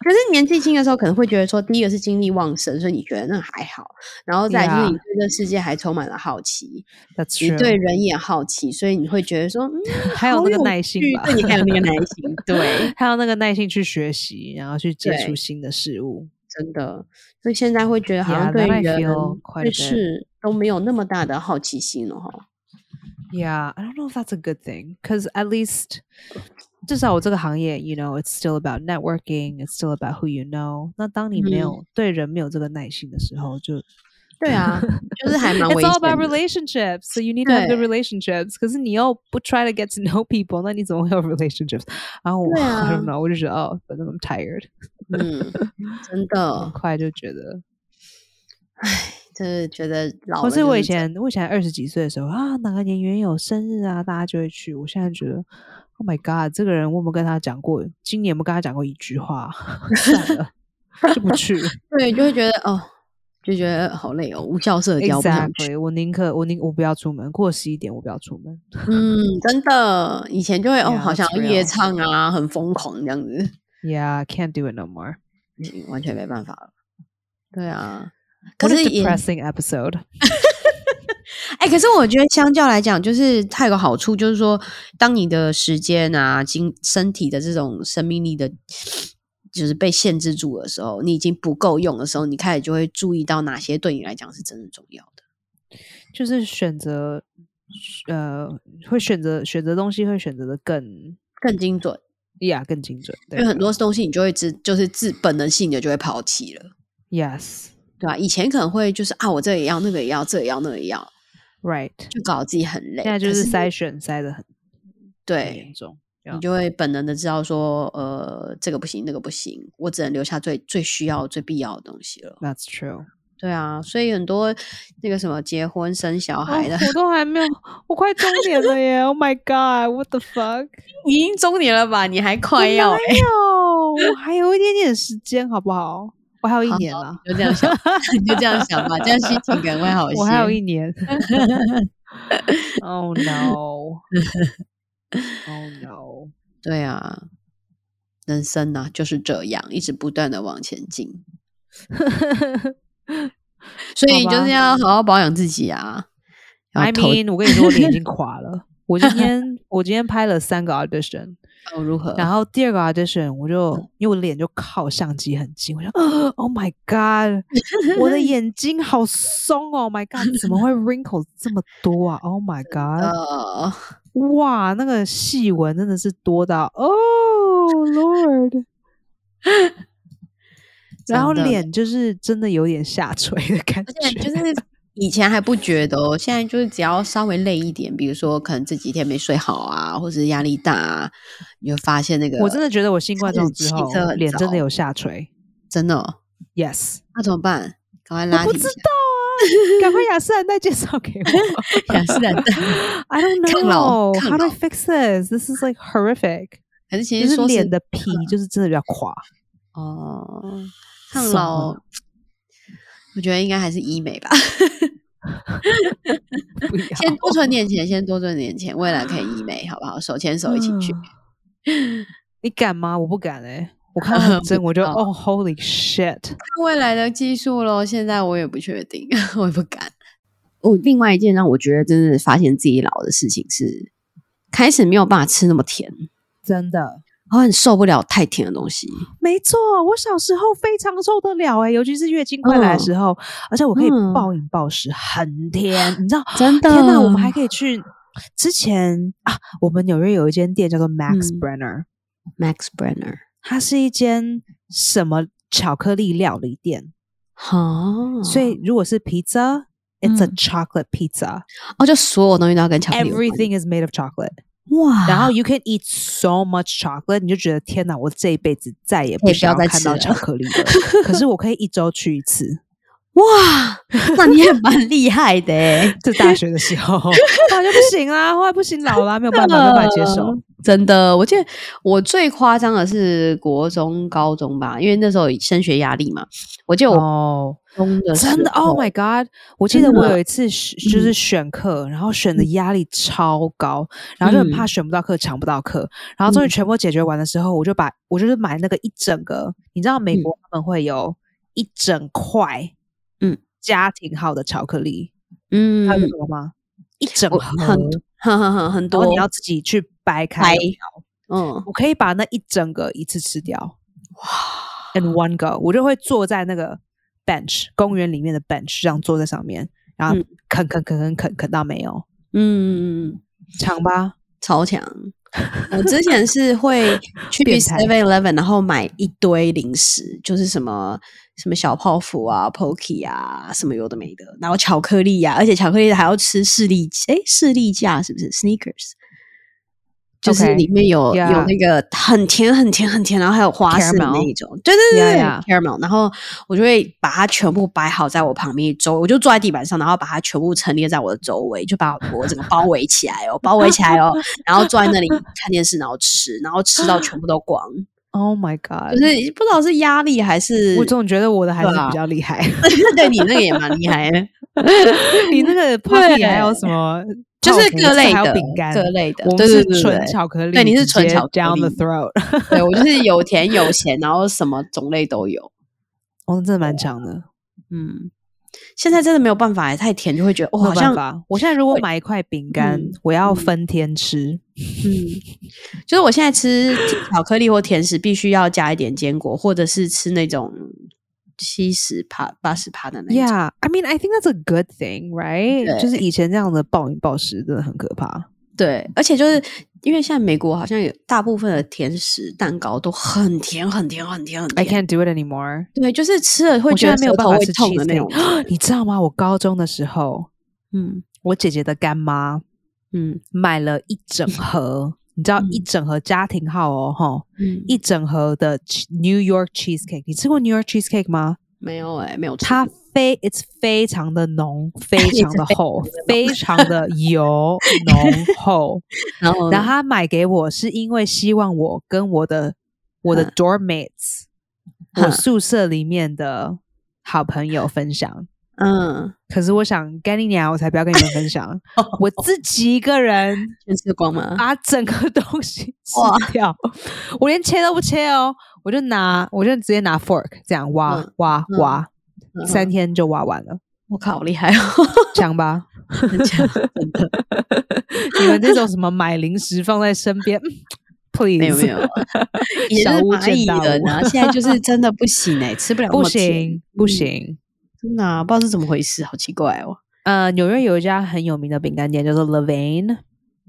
可是年纪轻的时候，可能会觉得说，第一个是精力旺盛，所以你觉得那还好；然后再来就是你
Yeah.
对这世界还充满了好奇
That's
你对
true。
人也好奇，所以你会觉得说，嗯，
还有
好
那个
有
耐心
趣
吧
对你还有那个耐心，对，
还有那个耐心去学习，然后去接触
对
新的事物。
真的。所以现在会觉得好
Yeah,
像对
that I
人
feel quite a
对
bit.
事都没有那么大的好奇心了哈。
Yeah, I don't know if that's a good thing because at least 至少我这个行业，you know, it's still about networking, it's still about who you know。那当你没
嗯
有、对人没有这个耐心的时候，就
对啊，就是还蛮危
It's
险
all about
的。
relationships, so you need to have good
对
relationships。可是你又不 try to get to know people，那你怎么会有 relationships？然后我、
对
I
啊
don't know，我就觉得哦，反正 I'm tired，
嗯，真
很
的，
快就觉得
就是觉得老
或
了就是是
我以
这样
前我以前二十几岁的时候啊，哪个演员有生日啊，大家就会去。我现在觉得，Oh my God，这个人我有没有跟他讲过？今年有没有跟他讲过一句话？ 算了，就不 去了。
对，就会觉得哦，就觉得好累哦，无效社交不想去。
Exactly，我宁可我宁我不要出门，过十一点我不要出门。
嗯，真的，以前就会哦，
Yeah,
好想
that's
要夜
real
唱啊，很疯狂这样子，
Yeah，can't do it no more。
不行，完全没办法了。对啊，可
What a
是也
depressing episode。
哎、可是我觉得相较来讲，就是它有个好处，就是说，当你的时间啊、精身体的这种生命力的，就是被限制住的时候，你已经不够用的时候，你开始就会注意到哪些对你来讲是真的重要的。
就是选择，呃，会选择选择东西会选择的更
更精准，
呀、更精准，对
因
啊
为很多东西你就会自就是自本能性的就会抛弃了，
，yes
对吧、以前可能会就是啊，我这也要，那个也要，这也要，那个也要，
right，
就搞得自己很累。
现在就
可
是筛选筛的很很
对
严，重，
你就会本能的知道说，呃，这个不行，那个不行，我只能留下最最需要、最必要的东西了。
That's true。
对啊，所以很多那个什么结婚生小孩的，
哦我都还没有，我快中年了耶 ！Oh my god，what the fuck？
你已经中年了吧？你 还 快
没有，
要、欸，
我还有一点点时间，好不好？我还有一
好
年了，
你就这样想， 你就这样想吧，这样心情感会好一些。
我还有一年。oh no！Oh no！
对啊，人生呐、就是这样，一直不断的往前进，所以
好
就
吧
是要好好保养自己啊。然
I
后投
mean，我跟你说，我脸已经垮 了。我今天我今天拍了三个 audition，
投如何？
然后第二个 audition 我就
嗯
因为我脸就靠相机很近，我想，Oh my god，我 的眼睛好松哦，Oh my god，怎么 会 wrinkle 这么多啊？Oh my god，
呃，
哇，那个细纹真的是多到，Oh Lord，然后
真的
脸就是真的有点下垂的感
而且就
觉，
是以前还不觉得哦，现在就是只要稍微累一点，比如说可能这几天没睡好啊，或者是压力大啊，你就发现那个
我真的觉得我新冠
就是
状之
气
后
色很
脸真的
糟
有下垂
真的哦、
，Yes。
那怎么办？赶快
我
拉
不
提一
知
下，
道啊，赶快雅诗兰黛介绍给我。
雅 诗兰黛
I don't
抗老
know
抗
how to
老
fix this. This is like horrific.
可是其
就
实
是
说
脸的皮就是真的比较 垮，
哦，抗
松
老
了，
我觉得应该还是医美吧。
不要
先多存
哦
点钱，先多存点钱，未来可以医美，好不好？手牵手一起去。
嗯 你敢吗？我不敢哎、我看到真我就
不知道
哦、holy shit，
看未来的技术咯，现在我也不确定， 我也不敢。哦，另外一件让我觉得真的发现自己老的事情是，开始没有办法吃那么甜，
真的。
我很受不了太甜的东西。
没错，我小时候非常受得了哎、尤其是月经快来的时候，而且我可以
嗯
暴饮暴食，很甜，你知道？
啊真的
天哪，我们还可以去之前啊，我们纽约有一间店叫做 Max
嗯
Brenner，、
Max Brenner，
它是一间什么巧克力料理店，
哈，
所以如果是 pizza。It's a
嗯
chocolate pizza.
哦，就所有东西都要跟巧克力有关
Everything is made of chocolate. 啊
哇，
然后 you can eat so much chocolate，你就觉得天哪，我这一辈子再也
可以
不
不要
想要
再
看
吃
到
了
巧克力了。可是我可以一周去一次，
哇，那你也蛮厉害的 欸
就大学的时 候，后来就不行啦，后来不行，老啊啦，没有办法，没有办法接受。
真的，我记得我最夸张的是国中、高中吧，因为那时候升学压力嘛。我记得我
哦，
中的时
真的
候
，Oh my God！我记
真
得我
的嗯
有一次是就是选课，然后选的压力超高，然后就很怕选不到课、抢不到课，然后终于
嗯
全部解决完的时候，我就把我就是买那个一整个，你知道美
嗯
国他们会有一整块，
嗯，
家庭号的巧克力，
嗯，
还有什么吗？一整
我
盒，
很很很很很
然
多
后你要自己去掰开
掰
条，
嗯
我可以把那一整个一次吃掉。and one go，我就会坐在那个 bench 公园里面的 bench 这样坐在上面，然后
嗯
啃啃啃啃啃啃到没有，
嗯，
抢吧，
超强。我之前 是会去
变态
Seven Eleven，然后买一堆零食，就是什么什么小泡芙啊、Pocky 啊，什么有的没的，然后巧克力呀、而且巧克力还要吃士力，诶，士力架是不是 Sneakers？就是里面有
yeah
有那个很甜很甜很甜，然后还有花生的那一种，对对对
Yeah, yeah
c a r a m e l 然后我就会把它全部摆好在我旁边一周，我就坐在地板上，然后把它全部陈列在我的周围，就把我整个包围起来哦，包围起来哦， 然后坐在那里看电视，然后吃，然后吃到全部都 光，
Oh my
就
god！
是不知道是压力还是
我总觉得我的孩子
对啊
比较厉 害，
对你那个也蛮 厉害的，
你那个 party 还有什么泡芙？
就是各类
还
的
有饼干，
各类的，
我
对
们
对
是
对
纯
对
巧克力，
对你是纯巧克
down
力
the throat，
对我就是有甜有咸，然后什么种类都有。
哦，真的蛮强的。
嗯，现在真的没有办法欸，太甜就会觉得哦，
没有
好像
办法，我现在如果
会
买一块饼干
嗯，
我要
嗯
分天吃。
嗯，就是我现在吃甜巧克力或甜食，必须要加一点坚果，或者是吃那种七十帕、八十帕的那一种。
Yeah, I mean, I think that's a good thing, right?
对
就是以前这样的暴饮暴食真的很可怕。
对，而且就是因为现在美国好像有大部分的甜食蛋糕都很甜、很甜、很甜、很
I can't
甜。
do it anymore.
对，就是吃了会
我
觉
现
得
在没有
舌
办
头
法
会
吃
痛的那
cheesecake
种。
你知道吗？我高中的时候，
嗯
我姐姐的干妈
嗯
买了一整盒，你知道
嗯
一整盒家庭号哦，吼，
嗯，
一整盒的 che- New York cheesecake。你吃过 New York cheesecake 吗？
没有哎、没有吃
它
过
非 it's 非常的浓，非常的 厚，非
非
常的 油浓厚。
然后
然
然
后
后
他买给我是因为希望我跟我的我的
嗯
dorm mates，我
嗯
宿舍里面的好朋友分享。
嗯，
可是我想干你娘，我才不要跟你们分 享，我自己一个人
全吃光吗？
把整个东西
嗯哇
吃掉，我连切都不切哦，我就拿我就直接拿 fork 这样挖
嗯
挖
嗯
挖，
嗯
三天就挖完 了，
我靠，好厉害哦！
强吧？
很强， 真的
你们这种什么买零食放在身边嗯，please
没有没有，以前
小
是
巫
蚂
见
蚁
大
人
巫
啊，现在就是真的不行哎、吃不了那
不
么甜
行不
嗯
行。
真的、啊、不知道是怎么回事，好奇怪哦。
呃，纽约有一家很有名的饼干店，叫做 Levain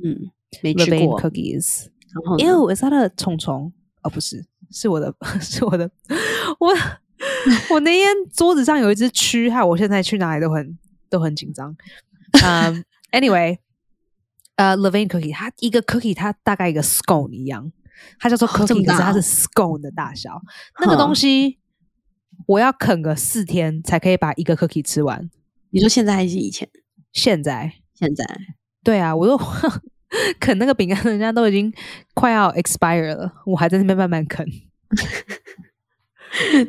嗯，没吃
Levain
过。嗯
Cookies。
然后呢
因为我是它的虫虫，哦，不是，是我的， 是我的，我我那天桌子上有一只蛆，害我现在去哪里都很都很紧张。嗯、a n y w a y 呃、l e v a i n Cookie，它一个 Cookie 它大概一个 scone 一样，它叫做
哦这
Cookie，、
么
可是
大
它是
哦
scone 的大小。那个
哼
东西我要啃个四天才可以把一个 Cookie 吃完。
你说现在还是以前？
现在
现在
对啊，我都 啃那个饼干，人家都已经快要 expire 了，我还在那边慢慢啃。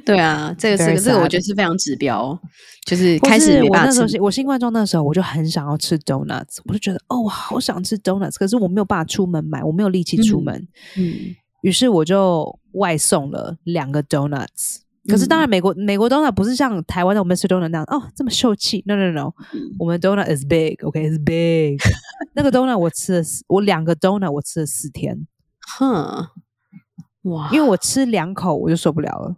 对啊，这个
Very
这个这个，我
sad
觉得是非常指标，哦就是
或
开始
是
没
我
办
那
法
时候
吃
是，我新冠状那时候，我就很想要吃 donuts，我就觉得哦，我好想吃 donuts，可是我没有办法出门买，我没有力气出
嗯
门，
嗯
于是我就外送了两个 donuts。可
嗯
是当然，美国美国 donut 不是像台湾的我们吃 donut 那样哦这么秀气，no no no，
嗯
我们 donut is big，OK，is big。那 个 donut 我吃了四，我两个 donut 我吃了四天，
哼，哇，
因为我吃两口我就受不了了，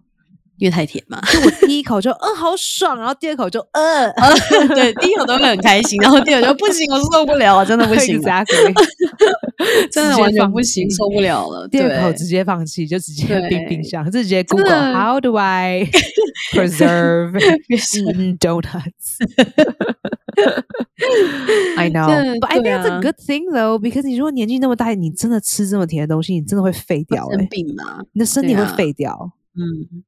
因为太甜嘛。
就我第一口就嗯好爽，然后第二口就嗯
对，第一口都会很开心，然后第二口就不行，我受不了啊，真的不行了，
，exactly，
真
直
的
接
完全
放
不行，
弃
受不了了。
第二口
对
直接放弃，就直接冰冰
对
箱，直接
真的
Google how do I preserve 嗯 donuts。I know,
对
but I think that's a
对啊
good thing though, because 你如果年纪那么大，你真的吃这么甜的东西，你真的会废掉、欸，
生病嘛，
你的身体
对
会
啊
废掉。
嗯，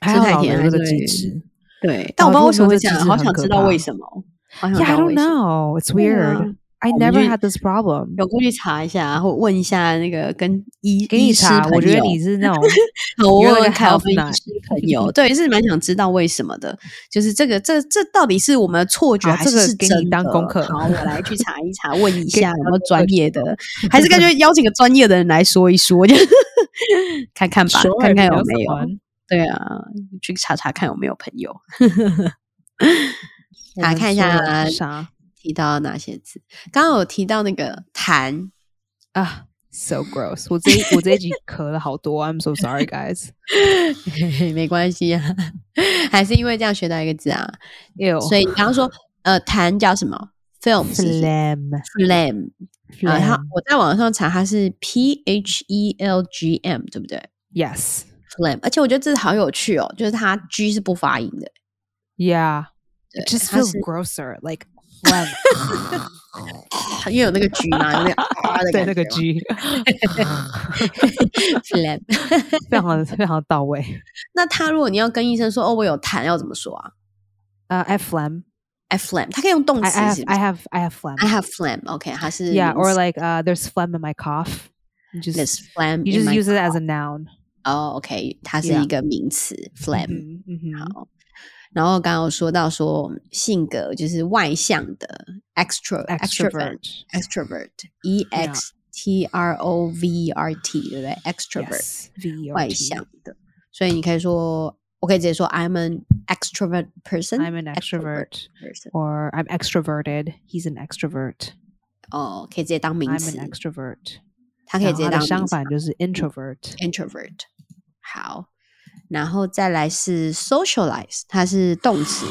还
吃
有
太
老
甜
人
还
这个
是
机
会
制
对。但
哦
我不知道
如
为什么
果
会
这机
这样，
制
好
很
想
可
知道为
怕
什么。哦好想知
，Yeah, I
道
don't
为什么
know. It's
对啊
weird. I
我们
never
去
had this problem.
有空去查一下，或问一下那个跟医
给你
医师
查，我
朋
觉得
友
你是 那种
好，我
有那
问
个
凯尔
health
芬医
nut
师朋 友，对，是蛮想知道为什么的，就是这个这这到底是我们的错觉
好
还
哦这个
是是
给
真
你
的？
当功课
好，我来去查一查，问一
给你
下有
当
没有
功
专
课
业的， 还是感觉邀请个专业的人来说一说，就 看看吧
首，尔
看看
没
有没有。
someone
对啊，去查查看有没有朋友。
我
啊
们
看一
说了
下
啥
提到哪些字？刚刚有提到那个 痰，
啊？So gross！我这一我这一 集咳了好多，I'm so sorry, guys.
没关系啊， 还是因为这样学到一个字啊。
Ew.
所以你刚刚说，呃，痰叫什么？film 是不是
phlegm
phlegm，然后
phlegm
我在网上查，它是 p h e l g m，对不对
yes
？phlegm，而且我觉得这好有趣哦，就是它 g 是不发音的，
yeah
对
it just
它
feels
是
grosser like
因为有那个 G 嘛，有那个啊的
对
感
那个
觉嘛
G，
flap。
非常非常到位。
那他如果你要跟医生说哦，我有痰，要怎么说啊
呃，I flam,
？I phlegm，他可以用动
I
词
I
是
have
不
I have I
是
have phlegm.
I have phlegm，OK，它是
Yeah, or
means
like uh, there's phlegm in my cough. You just
this phlegm
you
in
just
my
use it as a noun.
哦，OK，它是
Yeah
一个名词 phlegm。
嗯哼嗯哼
好，然后刚刚有说到说性格就是外向的 extro
，extrovert.
extrovert e x t r o v E r t 对不对 extrovert
Yes, E V-E-R-T
外向的，所以你可以说，我可以直接说 I'm an extrovert person。
I'm an extrovert,
person。
or I'm extroverted. He's an extrovert.
哦，可以直接当名
I'm
词
an，extrovert.
它可以直接嗯
然后它的
当名
相
词
反就是 introvert。
introvert。好，然后再来是 socialize，它是动词，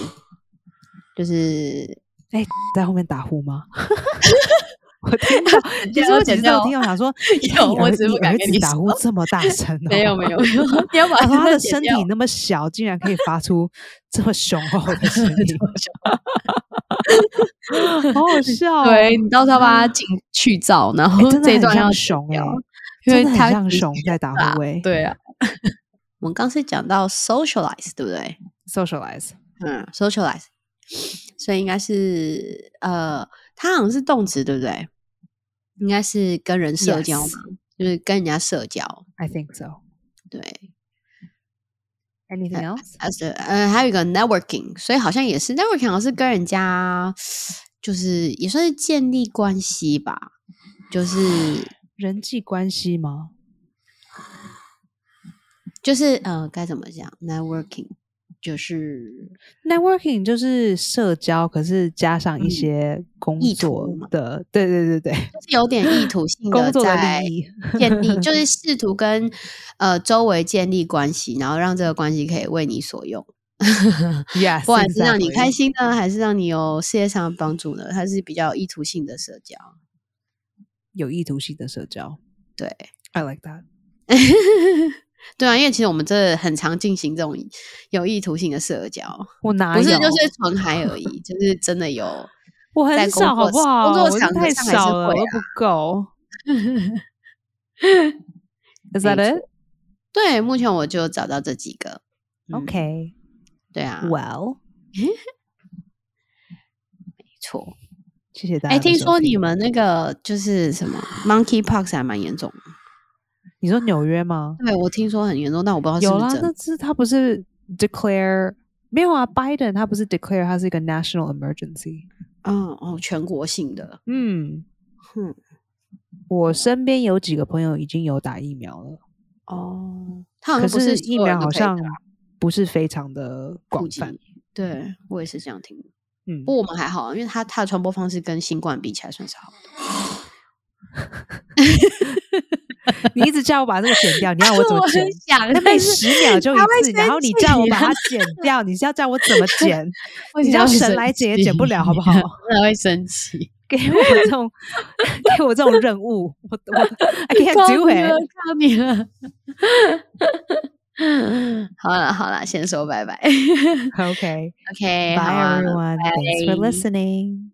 就是
哎、在后面打呼 吗？我听到，其实我
剪
几次
掉哦
都听到，想 说
啊有
看你
我
儿
只是
你
不敢
儿
跟
子
你
打呼
说
这么大声、哦，
没有没有没有，你 要把
然后他的
这个
身
剪
体
掉
那么小，竟然可以发出这么雄厚的 声音，好好笑、哦。
对你到时候把它进去噪，然后
哎真的
这一
很
段要
像
剪
熊哎、
掉因为
真的
它
很像
的
熊
确
在打
大
呼哎、
对啊，我们刚是讲到 socialize，对不对？
，socialize
嗯，socialize，所以应该是呃，它好像是动词，对不对？应该是跟人社交嘛
Yes
就是跟人家社交。
I think so.
对，
Anything else?
啊是呃，还有一个 networking，所以好像也是 networking，好像是跟人家就是也算是建立关系吧，就是
人际关系吗？
就是呃，该怎么讲 networking，就是。
Networking 就是社交，可是加上一
嗯
些工
意
作
图嘛
的，对对对 对，
就是有点意图性
工
的
作
在
的利益。
建立，就是试图跟呃周围建立关系，然后让这个关系可以为你所用，
Yes，
不管是让你
exactly
开心呢，还是让你有事业上的帮助呢，它是比较有意图性的社交。
有意图性的社交。
对，
I like that。
对啊，因为其实我们这很常进行这种有意图性的社交，
我哪
不是
有
就是纯嗨而已，就是真的有。
我
在
很
工
少，好不
作时
好？
工作
我是
场合
太
上还是
少了，
会
我又
啊
不够。Is that
没
it?
错对，目前我就找到这几个。嗯
OK.
对啊，没
Well，
错。
谢谢大家。
哎，听说你，们那个就是什么 monkeypox 还蛮严重的。
你说纽约吗？
对，我听说很严重，但我不知道是
有
不
啦
是，真的
那。次他不是 declare 没有啊？Biden 他不是 declare 他是一个 national emergency。
嗯哦，全国性的，
嗯，
哼、
我身边有几个朋友已经有打疫苗了，
哦，它好
可
像不
是
是所
疫
有人
苗
都
好
可以打
像不是非常的
普
广
及
泛。。
对我也是这样听，
嗯
不，过我们还好，因为它它的传播方式跟新冠比起来算是好的。
你一直叫我把这个剪 掉，你要我怎么剪？
想
那每十秒就一
他会
次，然
生
后你
气
叫我把
啊
它剪掉，你是要叫我怎么剪？
我
你
只
叫
会
神
生
来剪也剪不了，好不好
气？真的会生气。
给我这种 给我这种任务，我我 I can't
靠
do
你了
it。
靠你了。 好了好了，先说拜拜。
Okay,
OK，
bye
好啊啊
everyone. Thanks for
bye
listening.